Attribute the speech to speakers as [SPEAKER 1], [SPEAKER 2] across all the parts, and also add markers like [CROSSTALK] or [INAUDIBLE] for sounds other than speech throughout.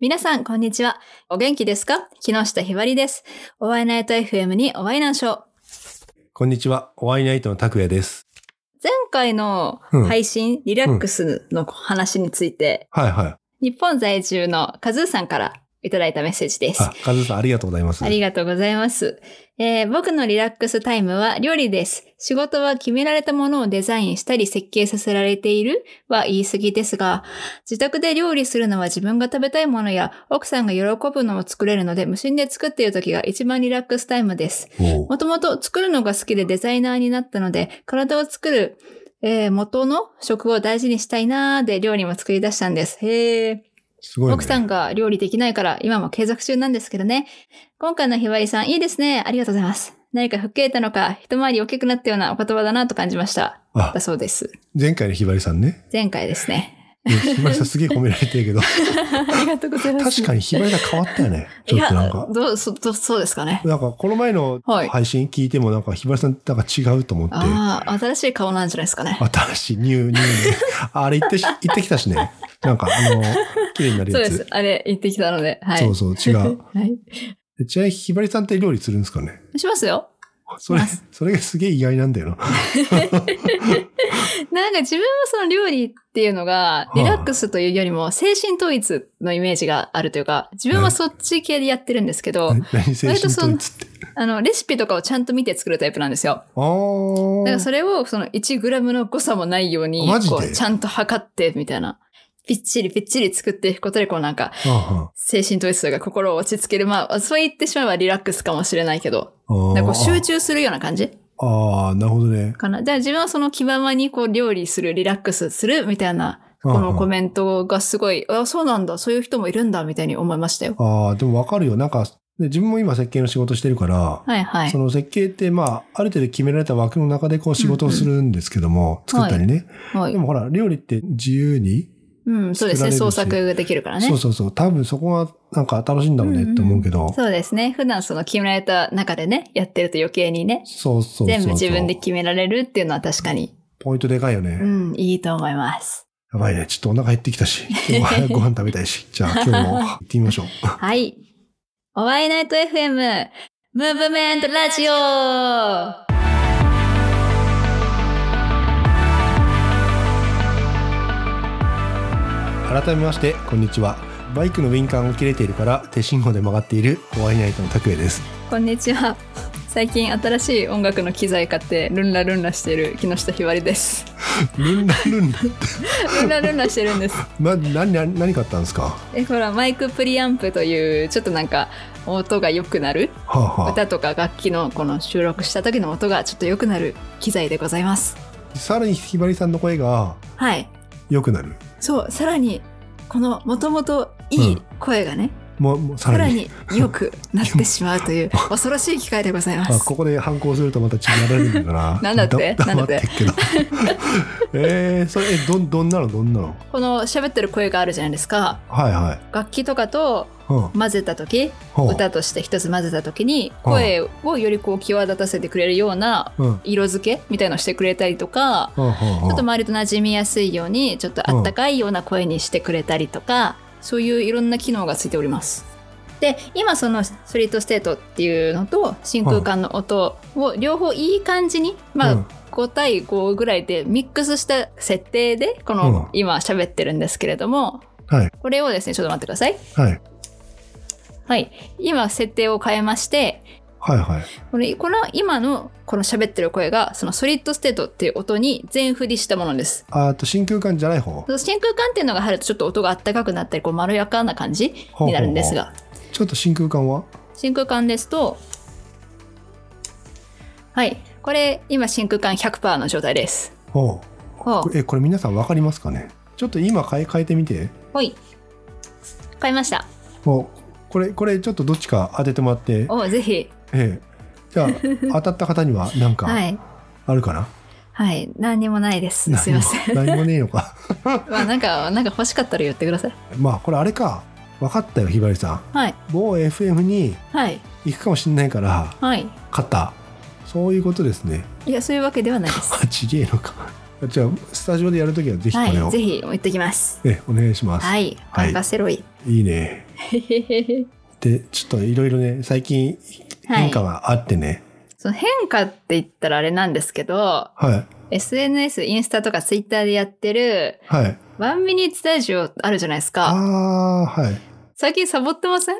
[SPEAKER 1] 皆さん、こんにちは。お元気ですか木下ひばりです。おワイナイト FM におワイナンショー。
[SPEAKER 2] こんにちは。おワイナイトの拓也です。
[SPEAKER 1] 前回の
[SPEAKER 2] うん
[SPEAKER 1] 配信、リラックスの話について、
[SPEAKER 2] はいはい。
[SPEAKER 1] 日本在住のカズーさんからいただいたメッセージです。
[SPEAKER 2] あ、カズさんありがとうございます。
[SPEAKER 1] ありがとうございます、えー僕のリラックスタイムは料理です。仕事は決められたものをデザインしたり設計させられているは言い過ぎですが、自宅で料理するのは自分が食べたいものや奥さんが喜ぶのを作れるので無心で作っている時が一番リラックスタイムです。
[SPEAKER 2] おう
[SPEAKER 1] もともと作るのが好きでデザイナーになったので、体を作る、えー元の食を大事にしたいなーで料理も作り出したんです。へー。
[SPEAKER 2] すごい、ね。
[SPEAKER 1] 奥さんが料理できないから今も継続中なんですけどね。今回のひばりさん、いいですね。ありがとうございます。何か吹っ切れたのか、一回り大きくなったようなお言葉だなと感じました。
[SPEAKER 2] あ
[SPEAKER 1] だ、そうです。
[SPEAKER 2] 前回のひばりさんね。
[SPEAKER 1] 前回です
[SPEAKER 2] [LAUGHS]
[SPEAKER 1] ね。
[SPEAKER 2] ねひばりさんすげえ褒められ
[SPEAKER 1] [LAUGHS]
[SPEAKER 2] てるけど、
[SPEAKER 1] ありがとうございます。
[SPEAKER 2] 確かにひばりさん変わったよね。
[SPEAKER 1] [LAUGHS] い
[SPEAKER 2] ちょっ
[SPEAKER 1] や
[SPEAKER 2] となんか、。
[SPEAKER 1] どう、そ、どうそうですかね。
[SPEAKER 2] なんかこの前の
[SPEAKER 1] はい
[SPEAKER 2] 配信聞いてもなんかひばりさんなんか違うと思って。
[SPEAKER 1] ああ、新しい顔なんじゃないですかね。
[SPEAKER 2] 新しいニューニューね [LAUGHS] あれ行ってし、行ってきたしね。なんかあの、綺麗になる
[SPEAKER 1] そう
[SPEAKER 2] や
[SPEAKER 1] で
[SPEAKER 2] つ。
[SPEAKER 1] す。あれ、行ってきたので。はい。
[SPEAKER 2] そうそう、違
[SPEAKER 1] [LAUGHS]
[SPEAKER 2] う。
[SPEAKER 1] はい。
[SPEAKER 2] でちなみにひばりさんって料理するんですかね
[SPEAKER 1] しますよ。
[SPEAKER 2] それ
[SPEAKER 1] しま、
[SPEAKER 2] それがすげえ意外なんだよな。
[SPEAKER 1] なんか自分はその料理っていうのが、
[SPEAKER 2] い
[SPEAKER 1] リラックスというよりも精神統一のイメージがあるというか、自分はそっち系でやってるんですけど、
[SPEAKER 2] 何精神統一って。
[SPEAKER 1] あの、レシピとかをちゃんと見て作るタイプなんですよ。
[SPEAKER 2] あー
[SPEAKER 1] だからそれを、その1グラムの誤差もないように
[SPEAKER 2] マ、ジで
[SPEAKER 1] こう、ちゃんと測って、みたいな。ぴっちりぴっちり作っていくことで、こうなんか、
[SPEAKER 2] あ
[SPEAKER 1] 精神統一というか心を落ち着ける。まあ、そう言ってしまえばリラックスかもしれないけど、
[SPEAKER 2] あああ
[SPEAKER 1] なんかこう集中するような感じ
[SPEAKER 2] ああ、なるほどね。
[SPEAKER 1] かな。だから自分はその気ままにこう料理する、リラックスする、みたいな、このコメントがすごい、あ、そうなんだ、そういう人もいるんだ、みたいに思いましたよ。
[SPEAKER 2] ああ、でもわかるよ。なんか、で自分も今設計の仕事してるから、
[SPEAKER 1] はいはい
[SPEAKER 2] そ。の設計って、まあ、ある程度決められた枠の中でこう仕事をするんですけども、
[SPEAKER 1] うんうん
[SPEAKER 2] 作ったりね、
[SPEAKER 1] はい
[SPEAKER 2] で。もほら、料理って自由に、
[SPEAKER 1] うん、そうですね。
[SPEAKER 2] 作られるし
[SPEAKER 1] 創作ができるからね。
[SPEAKER 2] そうそうそう、多分そこはなんか楽しいんだろうねって思うけど、
[SPEAKER 1] そうですね。普段その決められた中でね、やってると余計にね、
[SPEAKER 2] そうそうそうそう。
[SPEAKER 1] 全部自分で決められるっていうのは確かに、
[SPEAKER 2] ポイントでかいよね。
[SPEAKER 1] うん、いいと思います。
[SPEAKER 2] やばいね。ちょっとお腹減ってきたし、今日はご飯食べたいし。じゃあ今日も行ってみましょう。
[SPEAKER 1] はい。お会いナイト FM、ムーブメントラジオ
[SPEAKER 2] 改めましてこんにちはバイクのウィンカーが切れているから手信号で曲がっているホワイナイトの拓也です
[SPEAKER 1] こんにちは。最近新しい音楽の機材買って、ルンラルンラしてる木下ひばりです。
[SPEAKER 2] ルンラルンラって
[SPEAKER 1] ルンラルンラしてるんです。
[SPEAKER 2] [LAUGHS] な何何何買ったんですかは
[SPEAKER 1] え、ほら、マイクプリアンプという、ちょっとなんか、音が良くなる
[SPEAKER 2] あ、は
[SPEAKER 1] 歌とか楽器のこの収録した時の音がちょっと良くなる機材でございます。
[SPEAKER 2] あ、さらにひばりさんの声が
[SPEAKER 1] はい。
[SPEAKER 2] 良くなる
[SPEAKER 1] そう、さらに、このもともといい声がね、
[SPEAKER 2] もうもうさ
[SPEAKER 1] さ
[SPEAKER 2] ら
[SPEAKER 1] ら
[SPEAKER 2] に
[SPEAKER 1] に良くなってしまうと
[SPEAKER 2] [LAUGHS]
[SPEAKER 1] いう恐ろしい機会でございま
[SPEAKER 2] あ
[SPEAKER 1] す
[SPEAKER 2] こ。こで反抗するとまた血になられるんだから
[SPEAKER 1] [LAUGHS] なんだって
[SPEAKER 2] だ
[SPEAKER 1] なんだ
[SPEAKER 2] 黙
[SPEAKER 1] っ
[SPEAKER 2] っててっけど
[SPEAKER 1] [LAUGHS]
[SPEAKER 2] えー、それえどんどんなのどんなの
[SPEAKER 1] この喋ってる声があるじゃないですか。
[SPEAKER 2] はいはい、
[SPEAKER 1] 楽器とかと
[SPEAKER 2] うん
[SPEAKER 1] 混ぜた時、
[SPEAKER 2] ほう
[SPEAKER 1] 歌として一つ混ぜた時に、
[SPEAKER 2] うん
[SPEAKER 1] 声をよりこう際立たせてくれるような
[SPEAKER 2] うんうん
[SPEAKER 1] 色付けみたいのをしてくれたりとか、
[SPEAKER 2] うん
[SPEAKER 1] ちょっと
[SPEAKER 2] うん
[SPEAKER 1] 周りと馴染みやすいようにちょっとあったかいような声にしてくれたりとか、そういういろんな機能がついております。で今そのストリートステートっていうのと真空管の音を両方いい感じに、ま
[SPEAKER 2] う
[SPEAKER 1] あ
[SPEAKER 2] ん
[SPEAKER 1] 5対5ぐらいでミックスした設定でこ
[SPEAKER 2] うん
[SPEAKER 1] の今喋ってるんですけれども
[SPEAKER 2] はい
[SPEAKER 1] これをですねちょっと待ってください。
[SPEAKER 2] はい
[SPEAKER 1] はい、今設定を変えまして
[SPEAKER 2] はいはい
[SPEAKER 1] このこの今のこの喋ってる声がそのソリッドステートっていう音に全振りしたものです。
[SPEAKER 2] ああと真空管じゃない方
[SPEAKER 1] 真空管っていうのが入るとちょっと音があったかくなったりこうまろやかな感じ
[SPEAKER 2] ほうほうほう
[SPEAKER 1] になるんですが
[SPEAKER 2] ちょっと真空管は
[SPEAKER 1] 真空管ですとはいこれ今真空管100%の状態です
[SPEAKER 2] ほう
[SPEAKER 1] ほ
[SPEAKER 2] こ
[SPEAKER 1] う
[SPEAKER 2] れえこれ皆さん分かりますかねちょっと今変え変えてみて
[SPEAKER 1] ほい買いました
[SPEAKER 2] もうこれこれちょっとどっちか当ててもらって、
[SPEAKER 1] おぜひ
[SPEAKER 2] ええ、じゃ
[SPEAKER 1] [LAUGHS]
[SPEAKER 2] あ当たった方には何か
[SPEAKER 1] はい
[SPEAKER 2] あるかな、
[SPEAKER 1] はい何にもないです
[SPEAKER 2] 何も
[SPEAKER 1] すいません [LAUGHS]
[SPEAKER 2] 何もねえのか [LAUGHS]
[SPEAKER 1] まあなんかなんか欲しかったら言ってください
[SPEAKER 2] まあこれあれか分かったよひばりさん
[SPEAKER 1] はい
[SPEAKER 2] 某 FM に
[SPEAKER 1] はい
[SPEAKER 2] 行くかもしんないから
[SPEAKER 1] はい
[SPEAKER 2] 勝ったそういうことですね
[SPEAKER 1] いやそういうわけではないです
[SPEAKER 2] あちげえのか [LAUGHS] じゃあスタジオでやるときはぜひこ
[SPEAKER 1] は
[SPEAKER 2] れを、
[SPEAKER 1] いぜひ行ってきます
[SPEAKER 2] ええお願いします、
[SPEAKER 1] はい [LAUGHS]
[SPEAKER 2] はい
[SPEAKER 1] 任せろい
[SPEAKER 2] いいねで、ちょっといろいろね、最近
[SPEAKER 1] はい
[SPEAKER 2] 変化があってね。
[SPEAKER 1] その変化って言ったらあれなんですけど、
[SPEAKER 2] はい。
[SPEAKER 1] SNS、インスタとかツイッターでやってる、
[SPEAKER 2] はい。
[SPEAKER 1] ワンミニッツラジオあるじゃないです
[SPEAKER 2] あ
[SPEAKER 1] か。
[SPEAKER 2] あ、はい。
[SPEAKER 1] 最近サボってません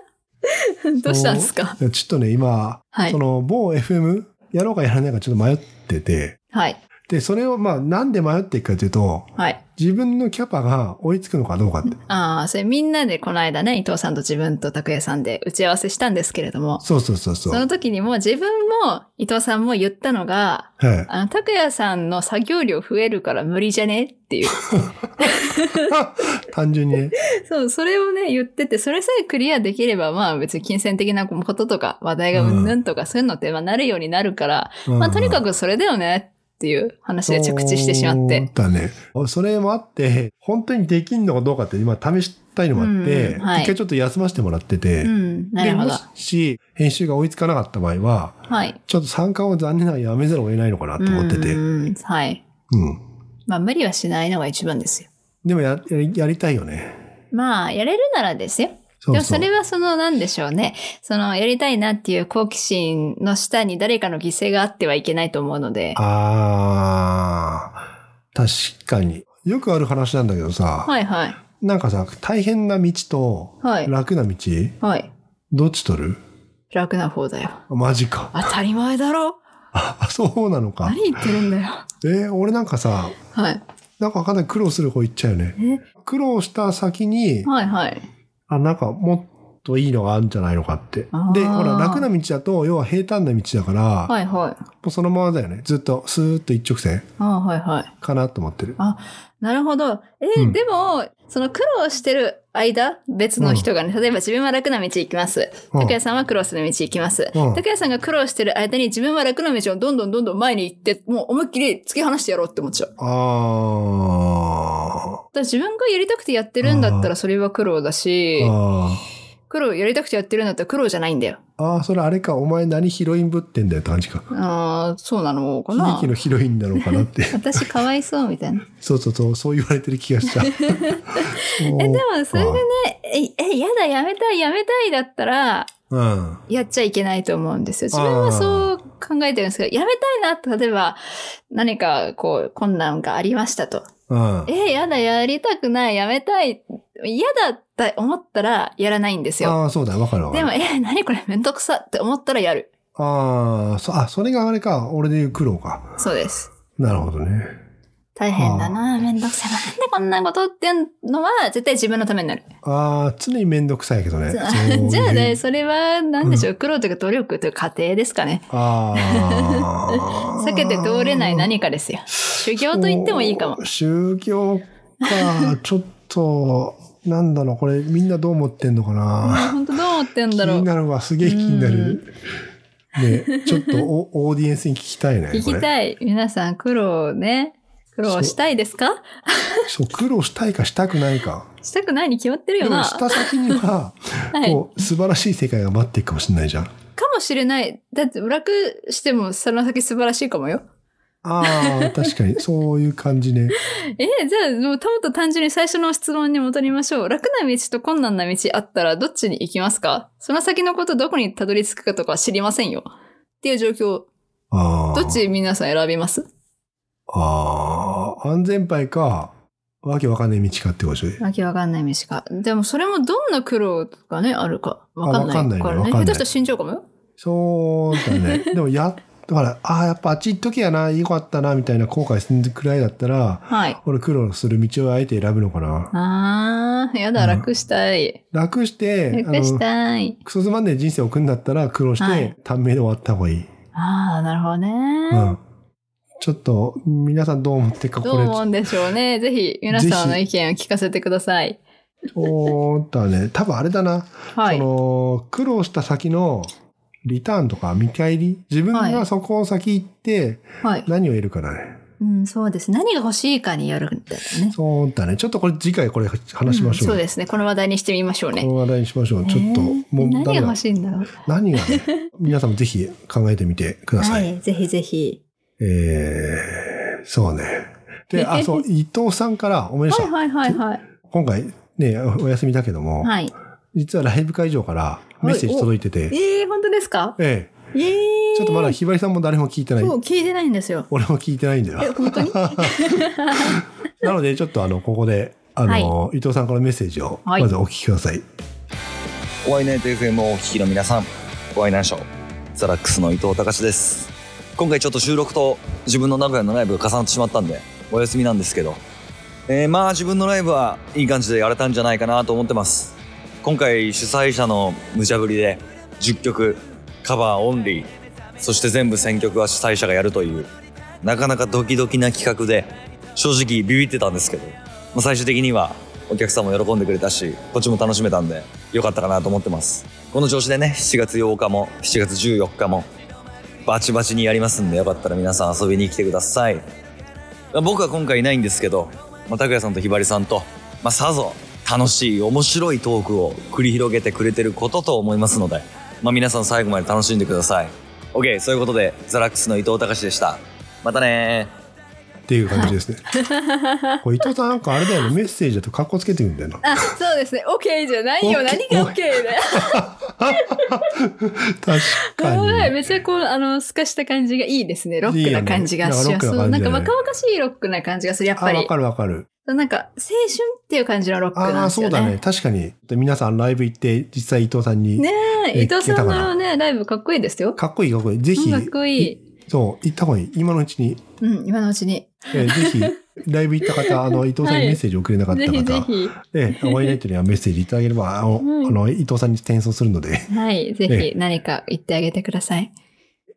[SPEAKER 1] どうしたんですか
[SPEAKER 2] ちょっとね、今、
[SPEAKER 1] はい
[SPEAKER 2] そ。の某 FM やろうかやらないかちょっと迷ってて、
[SPEAKER 1] はい。
[SPEAKER 2] で、それをまあなんで迷っていくかというと、
[SPEAKER 1] はい。
[SPEAKER 2] 自分のキャパが追いつくのかどうかって。
[SPEAKER 1] ああ、それみんなでこの間ね、伊藤さんと自分と拓也さんで打ち合わせしたんですけれども、
[SPEAKER 2] そうそうそうそ。
[SPEAKER 1] そうの時にも自分も伊藤さんも言ったのが、
[SPEAKER 2] はい。 [LAUGHS]
[SPEAKER 1] あの、拓也さんの作業量増えるから無理じゃねっていう。
[SPEAKER 2] 単純にね。
[SPEAKER 1] そう、それをね、言ってて、それさえクリアできれば、まあ別に金銭的なこととか、話題がうんぬんとか、そういうのって、まあなるようになるから、まあとにか
[SPEAKER 2] く
[SPEAKER 1] くそれだよねっていう話で着地してしまって。。
[SPEAKER 2] だね。それもあって、本当にできんのかどうかって今試したいのもあって、
[SPEAKER 1] うんはい
[SPEAKER 2] 一回ちょっと休ませてもらってて、
[SPEAKER 1] うん、な
[SPEAKER 2] で
[SPEAKER 1] るほ
[SPEAKER 2] も
[SPEAKER 1] ど。
[SPEAKER 2] し編集が追いつかなかった場合は、
[SPEAKER 1] はい。
[SPEAKER 2] ちょっと参加を残念ながらやめざるを得ないのかなと思ってて。
[SPEAKER 1] う
[SPEAKER 2] うん。
[SPEAKER 1] ん、はい。まあ無理はしないのが一番ですよ。
[SPEAKER 2] でもややりやりたいよね。
[SPEAKER 1] まあ、やれるならですよ。
[SPEAKER 2] そうそう。
[SPEAKER 1] でもそれはその、なんでしょうね。その、やりたいなっていう好奇心の下に誰かの犠牲があってはいけないと思うので。
[SPEAKER 2] あー、確かに。よくある話なんだけどさ、
[SPEAKER 1] はいはい。
[SPEAKER 2] なんかさ、大変な道と
[SPEAKER 1] はい
[SPEAKER 2] 楽な道、
[SPEAKER 1] はい。
[SPEAKER 2] どっち取る
[SPEAKER 1] 楽な方だよ。
[SPEAKER 2] あマジか。 [LAUGHS]
[SPEAKER 1] 当たり前だろ。
[SPEAKER 2] あ、そうなのか。
[SPEAKER 1] 何言ってるんだよ。
[SPEAKER 2] えー俺なんかさ、
[SPEAKER 1] はい。
[SPEAKER 2] なんかわかんない苦労する方行っちゃうよね。
[SPEAKER 1] え
[SPEAKER 2] 苦労した先に、
[SPEAKER 1] はいはい。
[SPEAKER 2] あ、なんかもっといいのがあるんじゃないのかって。で、
[SPEAKER 1] あー
[SPEAKER 2] ほら、楽な道だと、要は平坦な道だから、
[SPEAKER 1] はいはい。
[SPEAKER 2] もうそのままだよね。ずっとスーッと一直線
[SPEAKER 1] ああ、はいはい。
[SPEAKER 2] かなと思ってる。
[SPEAKER 1] なるほど。え、
[SPEAKER 2] うん
[SPEAKER 1] でも、その苦労してる間、別の人がね、例えば自分は楽な道行きます。
[SPEAKER 2] うん
[SPEAKER 1] 拓也さんは苦労する道行きます。
[SPEAKER 2] うん
[SPEAKER 1] 拓也さんが苦労してる間に自分は楽な道をどんどんどんどん前に行って、もう思いっきり突き放してやろうって思っちゃう。だか
[SPEAKER 2] あ
[SPEAKER 1] ら自分がやりたくてやってるんだった
[SPEAKER 2] あ
[SPEAKER 1] らそれは苦労だし
[SPEAKER 2] ー。、あ
[SPEAKER 1] 苦労、やりたくてやってるんだったら苦労じゃないんだよ。
[SPEAKER 2] ーあー、それあれか、お前何ヒロインぶってんだよって感じか。
[SPEAKER 1] ああ、そうなのか
[SPEAKER 2] 悲
[SPEAKER 1] な
[SPEAKER 2] 劇。のヒロインなのかなって。 [LAUGHS]
[SPEAKER 1] 私かわいそうみたいな。
[SPEAKER 2] そうそうそう、そう言われてる気
[SPEAKER 1] [LAUGHS]
[SPEAKER 2] がした。
[SPEAKER 1] え、
[SPEAKER 2] [LAUGHS]
[SPEAKER 1] で
[SPEAKER 2] え
[SPEAKER 1] もそれがね、え、え、やだ、やめたい、やめたいだったら、
[SPEAKER 2] うん。
[SPEAKER 1] やっちゃいけないと思うんですよ。自分はそう考えてるんですけど、やめたいなって、例えば、何かこう、困難がありましたと。
[SPEAKER 2] うん。
[SPEAKER 1] え、やだ、やりたくない、やめたい、嫌だって思ったら、やらないんですよ。
[SPEAKER 2] ああ、そうだ、わかるわか
[SPEAKER 1] で
[SPEAKER 2] る
[SPEAKER 1] も、。え、何これ、めんどくさって思ったらやる。
[SPEAKER 2] ああ、そ、あ、それがあれか、俺で言う苦労か。
[SPEAKER 1] そうです。
[SPEAKER 2] なるほどね。
[SPEAKER 1] 大変だな、めんどくさい。なんでこんなことっていうのは、絶対自分のためになる。
[SPEAKER 2] ああ、常にめんどくさいけど
[SPEAKER 1] [LAUGHS]
[SPEAKER 2] ね。
[SPEAKER 1] じゃあ
[SPEAKER 2] そういう
[SPEAKER 1] じゃあね、。それは、なんでしょう、苦労というか努力というか過程ですかね。
[SPEAKER 2] ああ。
[SPEAKER 1] [LAUGHS] 避けて通れない何かですよ。修行と言ってもいいかも
[SPEAKER 2] そ。う。宗教か、ちょっと、なんだろう、これみんなどう思ってんのか
[SPEAKER 1] [LAUGHS]
[SPEAKER 2] な。
[SPEAKER 1] 本当どう思ってんだろ
[SPEAKER 2] 気
[SPEAKER 1] う
[SPEAKER 2] に。なるわ、すげえ気になる。ね、ちょっと
[SPEAKER 1] [LAUGHS]
[SPEAKER 2] おオーディエンスに聞きたいね。
[SPEAKER 1] 聞き
[SPEAKER 2] これ
[SPEAKER 1] たい。皆さん苦労ね。苦労したいですか
[SPEAKER 2] そう、苦労したいかしたくないか。
[SPEAKER 1] したくないに決まってる
[SPEAKER 2] で
[SPEAKER 1] よ
[SPEAKER 2] も
[SPEAKER 1] な。
[SPEAKER 2] した先には、
[SPEAKER 1] [LAUGHS] はい
[SPEAKER 2] こう、素晴らしい世界が待っていくかもしれないじゃん。
[SPEAKER 1] かもしれない。だって楽してもその先素晴らしいかもよ。
[SPEAKER 2] ああ、確かに、そういう感じね。
[SPEAKER 1] えじゃあもうともっと単純に最初の質問に戻りましょう。楽な道と困難な道あったらどっちに行きますかその先のことどこにたどり着くかとかは知りませんよ。っていう状況。
[SPEAKER 2] ああ。
[SPEAKER 1] どっち皆さん選びます
[SPEAKER 2] ああ、安全牌か、わけわかんない道かってことで。
[SPEAKER 1] わけわかんない飯か。でもそれもどんな苦労がね、あるか。わかん
[SPEAKER 2] あわかん
[SPEAKER 1] な
[SPEAKER 2] ない
[SPEAKER 1] い
[SPEAKER 2] ね
[SPEAKER 1] からね。
[SPEAKER 2] わ
[SPEAKER 1] 下
[SPEAKER 2] かん
[SPEAKER 1] 手
[SPEAKER 2] ない
[SPEAKER 1] したら死んじゃうかもよ。
[SPEAKER 2] そう
[SPEAKER 1] [LAUGHS]
[SPEAKER 2] だね。でもや、だから、ああ、やっぱあっち行っときやな、よかったな、みたいな後悔するくらいだったら、
[SPEAKER 1] はい。
[SPEAKER 2] 俺苦労する道をあえて選ぶのかな。
[SPEAKER 1] あー、やだ、
[SPEAKER 2] うん
[SPEAKER 1] 楽したい。
[SPEAKER 2] 楽して、あ
[SPEAKER 1] 楽し
[SPEAKER 2] の、
[SPEAKER 1] たい。
[SPEAKER 2] クソつまんねえ人生を送るんだったら苦労して、
[SPEAKER 1] はい
[SPEAKER 2] 短命で終わった方がいい。
[SPEAKER 1] あー、なるほどね。
[SPEAKER 2] うん。ちょっと、皆さんどう思ってるか、
[SPEAKER 1] ど
[SPEAKER 2] こ
[SPEAKER 1] う
[SPEAKER 2] れ、
[SPEAKER 1] 思うんでしょうね。ぜひ、皆さんの意見を聞かせてください。
[SPEAKER 2] そうだね。多分あれだな。
[SPEAKER 1] はい。
[SPEAKER 2] その苦労した先のリターンとか見返り自分
[SPEAKER 1] は
[SPEAKER 2] が
[SPEAKER 1] い
[SPEAKER 2] そこを先行って
[SPEAKER 1] はい。
[SPEAKER 2] 何を得るかだね、
[SPEAKER 1] うん、そうです。何が欲しいかによるんだよね。
[SPEAKER 2] そうだねちょっとこれ次回これ話しましょ
[SPEAKER 1] ん
[SPEAKER 2] う,、
[SPEAKER 1] そうですね。この話題にしてみましょう
[SPEAKER 2] こ
[SPEAKER 1] ね。
[SPEAKER 2] の話題にしましょうちょっと、
[SPEAKER 1] えー
[SPEAKER 2] もう
[SPEAKER 1] 何が
[SPEAKER 2] ダメだ
[SPEAKER 1] 欲しいんだろう。
[SPEAKER 2] 何がね皆さんもぜひ考えてみてくださ、
[SPEAKER 1] はいい。ぜひぜひ。
[SPEAKER 2] えー、そうねで
[SPEAKER 1] [LAUGHS]
[SPEAKER 2] あそう伊藤さんからおめでと
[SPEAKER 1] は
[SPEAKER 2] う
[SPEAKER 1] いはいはいはい。
[SPEAKER 2] 今回ねおお休みだけども、
[SPEAKER 1] はい。
[SPEAKER 2] 実はライブ会場からメッセージ届いてて、
[SPEAKER 1] ええー、本当ですか
[SPEAKER 2] ええ、
[SPEAKER 1] ええー。
[SPEAKER 2] ちょっとまだひばりさんも誰も聞いてない
[SPEAKER 1] そ。う、聞いてないんですよ。
[SPEAKER 2] 俺も聞いてないんだ
[SPEAKER 1] え、
[SPEAKER 2] よ。
[SPEAKER 1] 本当に [LAUGHS]
[SPEAKER 2] [LAUGHS] なので、ちょっとあの、ここで、あの、伊藤さんからメッセージを、
[SPEAKER 1] はい
[SPEAKER 2] まずお聞きください。
[SPEAKER 3] ワイナイト FM をお聞きの皆さん、ワイナイショー、ザラックスの伊藤隆です。今回ちょっと収録と自分の名古屋のライブが重なってしまったんで、お休みなんですけど、えーまあ自分のライブはいい感じでやれたんじゃないかなと思ってます。今回主催者の無茶ぶりで10曲、カバーオンリー、そして全部選曲は主催者がやるという、なかなかドキドキな企画で、正直ビビってたんですけど、まあ、最終的にはお客さんも喜んでくれたしこっちも楽しめたんで良かったかなと思ってますこの調子でね7月8日も7月14日もバチバチにやりますんでよかったら皆さん遊びに来てくださいまあ僕は今回いないんですけど、まあ、拓也さんとひばりさんと、まあ、さぞ楽しい面白いトークを繰り広げてくれてることと思いますので、まあ、皆さん最後まで楽しんでください OK そういうことでザラックスの伊藤隆でしたまたねー
[SPEAKER 2] っていう感
[SPEAKER 1] [LAUGHS]
[SPEAKER 2] じですね。これ伊藤さんなんかあれだよね、メッセージだと格好つけてるんだよな。
[SPEAKER 1] あ、そうですね。OK じゃないよ。
[SPEAKER 2] OK
[SPEAKER 1] 何が OK だよ。
[SPEAKER 2] 確か
[SPEAKER 1] はい、
[SPEAKER 2] に。
[SPEAKER 1] めっちゃこう、あの、透かした感じがいいですね。ロックな感じがし
[SPEAKER 2] いい
[SPEAKER 1] ま
[SPEAKER 2] よね
[SPEAKER 1] す。そう
[SPEAKER 2] な
[SPEAKER 1] なん
[SPEAKER 2] かロックな感じだね
[SPEAKER 1] んか若々しいロックな感じがする、やっ
[SPEAKER 2] あ、
[SPEAKER 1] ぱ
[SPEAKER 2] わ
[SPEAKER 1] り。
[SPEAKER 2] かるわかる。
[SPEAKER 1] なんか、青春っていう感じのロック
[SPEAKER 2] あ
[SPEAKER 1] なん
[SPEAKER 2] あ、
[SPEAKER 1] です
[SPEAKER 2] そう
[SPEAKER 1] よね。
[SPEAKER 2] だね。確かに。で皆さんライブ行って、実際伊藤さんに、
[SPEAKER 1] ねえ、
[SPEAKER 2] え
[SPEAKER 1] 伊藤さん
[SPEAKER 2] 聞けたかな
[SPEAKER 1] のね、ライブかっこいいですよ。
[SPEAKER 2] かっこいいかっこいい。ぜ
[SPEAKER 1] うん
[SPEAKER 2] ひ、
[SPEAKER 1] かっこいい。
[SPEAKER 2] そう、行った方がいい。今のうちに、
[SPEAKER 1] うん、今のうちに。
[SPEAKER 2] えーぜ
[SPEAKER 1] [LAUGHS]
[SPEAKER 2] ひ、ライブ行った方、あの、伊藤さんにメッセージ送れなかった
[SPEAKER 1] ぜひぜ
[SPEAKER 2] 方、
[SPEAKER 1] ひ。
[SPEAKER 2] ええ、ワイナイトにはメッセージいただければ、あの、
[SPEAKER 1] はい
[SPEAKER 2] あの伊藤さんに転送するので、
[SPEAKER 1] はい、ぜ
[SPEAKER 2] え
[SPEAKER 1] ひ何か言ってあげてください。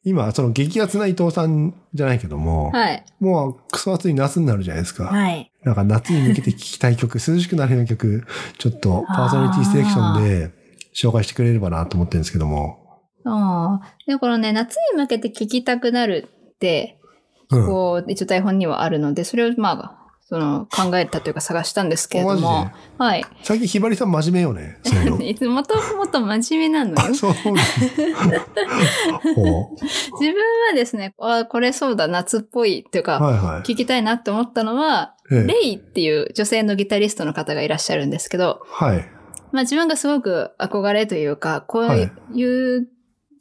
[SPEAKER 2] 今、その激アツな伊藤さんじゃないけども、
[SPEAKER 1] はい。
[SPEAKER 2] もう、クソ暑い夏になるじゃないですか。
[SPEAKER 1] はい。
[SPEAKER 2] なんか夏に向けて聴きたい曲、涼しくなるような曲、ちょっとパーソナリティセレクションで紹介してくれればなと思ってるんですけども。
[SPEAKER 1] ああ。で、このね、夏に向けて聴きたくなるって、
[SPEAKER 2] うん。
[SPEAKER 1] こう、一応台本にはあるので、それをまあ、その、考えたというか探したんですけれど
[SPEAKER 2] あ
[SPEAKER 1] も
[SPEAKER 2] マ、
[SPEAKER 1] はい。
[SPEAKER 2] 最近ひばりさん真面目よね。そういうの
[SPEAKER 1] [LAUGHS] いつもともと真面目なの
[SPEAKER 2] あ [LAUGHS]
[SPEAKER 1] よ。
[SPEAKER 2] そうなんだ
[SPEAKER 1] [LAUGHS]
[SPEAKER 2] ほ
[SPEAKER 1] 自分はですね、あこれそうだ、夏っぽいっていう
[SPEAKER 2] う
[SPEAKER 1] か、
[SPEAKER 2] はいはい。
[SPEAKER 1] 聴きたいなって思ったのは、
[SPEAKER 2] ええ
[SPEAKER 1] レイっていう女性のギタリストの方がいらっしゃるんですけど、
[SPEAKER 2] はい。
[SPEAKER 1] まあ自分がすごく憧れというか、こういう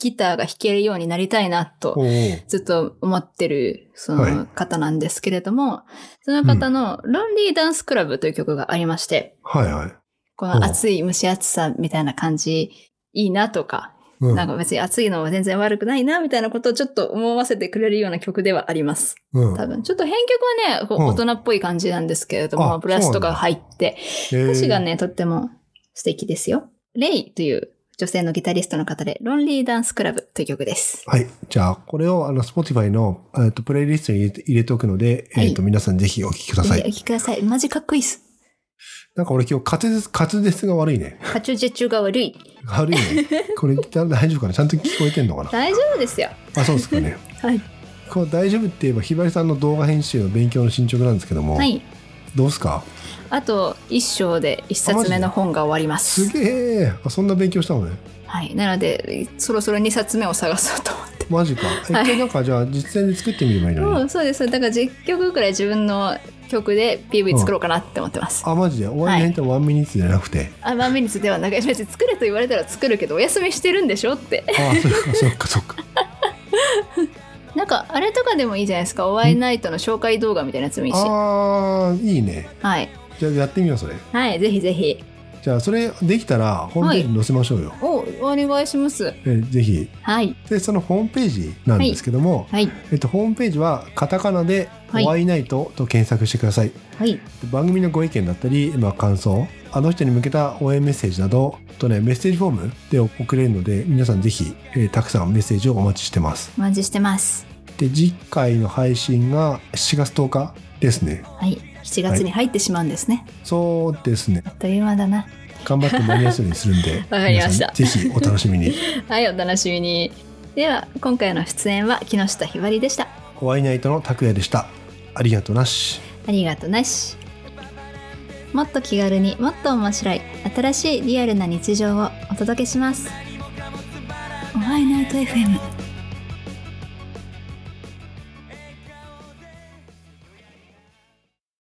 [SPEAKER 1] ギターが弾けるようになりたいなと
[SPEAKER 2] おー
[SPEAKER 1] ずっと思ってるそ
[SPEAKER 2] はい
[SPEAKER 1] の方なんですけれども、その方のロンリーダンスクラブという曲がありまして、
[SPEAKER 2] はいはい。
[SPEAKER 1] こ
[SPEAKER 2] ほう
[SPEAKER 1] の暑い蒸し暑さみたいな感じいいなとか、
[SPEAKER 2] うん。
[SPEAKER 1] なんか別に暑いのは全然悪くないなみたいなことをちょっと思わせてくれるような曲ではあります。
[SPEAKER 2] うん、
[SPEAKER 1] 多分。ちょっと編曲はね、こう
[SPEAKER 2] うん
[SPEAKER 1] 大人っぽい感じなんですけれど
[SPEAKER 2] あ
[SPEAKER 1] も、ブラスとか入って、
[SPEAKER 2] 歌
[SPEAKER 1] 歌詞がね、とっても素敵ですよ。レイという女性のギタリストの方で、ロンリーダンスクラブという曲です。
[SPEAKER 2] はい。じゃあ、これを、あの、Spotify の、えっと、プレイリストに入れて入れておくので、
[SPEAKER 1] はい
[SPEAKER 2] えっと、皆さんぜひお聴きくだ
[SPEAKER 1] ぜ
[SPEAKER 2] さ
[SPEAKER 1] ひお
[SPEAKER 2] い。
[SPEAKER 1] 聴きください。マジかっこいいっす。
[SPEAKER 2] なんか俺今日滑舌、滑舌が悪いね。
[SPEAKER 1] カチュジェチュが悪い。
[SPEAKER 2] 悪い
[SPEAKER 1] [LAUGHS]
[SPEAKER 2] ね。これ、大丈夫かなちゃんと聞こえてんのかな
[SPEAKER 1] 大丈夫ですよ。
[SPEAKER 2] あ、そうですかね。
[SPEAKER 1] はい。
[SPEAKER 2] こう大丈夫って言えばひばりさんの動画編集の勉強の進捗なんですけども、
[SPEAKER 1] はい。
[SPEAKER 2] どうっすか
[SPEAKER 1] あと、一章で一
[SPEAKER 2] あマ
[SPEAKER 1] 冊
[SPEAKER 2] ジで
[SPEAKER 1] 目の本が終わりますす。
[SPEAKER 2] げえあそんな勉強したのね
[SPEAKER 1] はい。なので、そろそろ二冊目を探そうと思って。
[SPEAKER 2] マジか一
[SPEAKER 1] はい
[SPEAKER 2] 回なんかじゃあ実践で作ってみればいいのに、
[SPEAKER 1] うん、そうです。だから10曲くらい自分の曲で PV 作ろうかなって思ってます。
[SPEAKER 2] あマジで終わりの辺ってワンミニッツじゃなくて、
[SPEAKER 1] あ、まあ、メリッツではなく、別に作れと言われたら作るけど、お休みしてるんでしょって。
[SPEAKER 2] あそっかそっかそ
[SPEAKER 1] [LAUGHS]
[SPEAKER 2] っか
[SPEAKER 1] なんかあれとかでもいいじゃないですか「おワイナイト」の紹介動画みたいなやつもいいし
[SPEAKER 2] あーいいね
[SPEAKER 1] はい
[SPEAKER 2] じゃあやってみようそれ
[SPEAKER 1] はいぜひぜひ
[SPEAKER 2] じゃあそれできたらホームページに載せましょうよ、
[SPEAKER 1] おお願いします
[SPEAKER 2] えぜひ
[SPEAKER 1] はい
[SPEAKER 2] でそのホームページなんですけども、
[SPEAKER 1] はい
[SPEAKER 2] えっと、ホームページはカタカナで「
[SPEAKER 1] はい
[SPEAKER 2] お会いナイト」と検索してください
[SPEAKER 1] はい
[SPEAKER 2] 番組のご意見だったり、まあ、感想あの人に向けた応援メッセージなどあとねメッセージフォームで送れるので皆さんぜひ、えーたくさんメッセージをお待ちしてます
[SPEAKER 1] お待ちしてます
[SPEAKER 2] で次回の配信が7月10日ですね
[SPEAKER 1] はい7月に入ってしまうんですね、
[SPEAKER 2] そうですね
[SPEAKER 1] あっという間だな
[SPEAKER 2] 頑張って間に合わせるようにするんで
[SPEAKER 1] [LAUGHS] わかりました
[SPEAKER 2] 皆さんぜひお楽しみに
[SPEAKER 1] はいお楽しみにでは今回の出演は木下ひばりでした
[SPEAKER 2] お会いナイトの拓也でしたありがとうなし
[SPEAKER 1] ありがとなしもっと気軽にもっと面白い新しいリアルな日常をお届けしますおワイナイト FM